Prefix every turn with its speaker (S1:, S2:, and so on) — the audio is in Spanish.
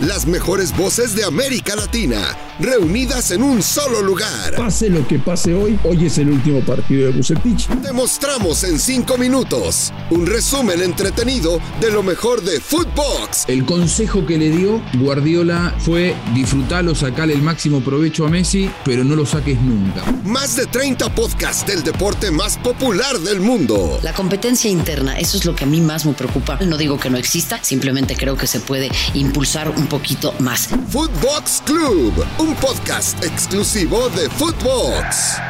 S1: las mejores voces de América Latina, reunidas en un solo lugar.
S2: Pase lo que pase hoy, hoy es el último partido de Bucetich.
S1: Te mostramos en 5 minutos un resumen entretenido de lo mejor de Footbox.
S3: El consejo que le dio Guardiola fue disfrutarlo, sacarle el máximo provecho a Messi, pero no lo saques nunca.
S1: Más de 30 podcasts del deporte más popular del mundo.
S4: La competencia interna, eso es lo que a mí más me preocupa. No digo que no exista, simplemente creo que se puede impulsar un poquito más.
S1: Footbox Club, un podcast exclusivo de Footbox.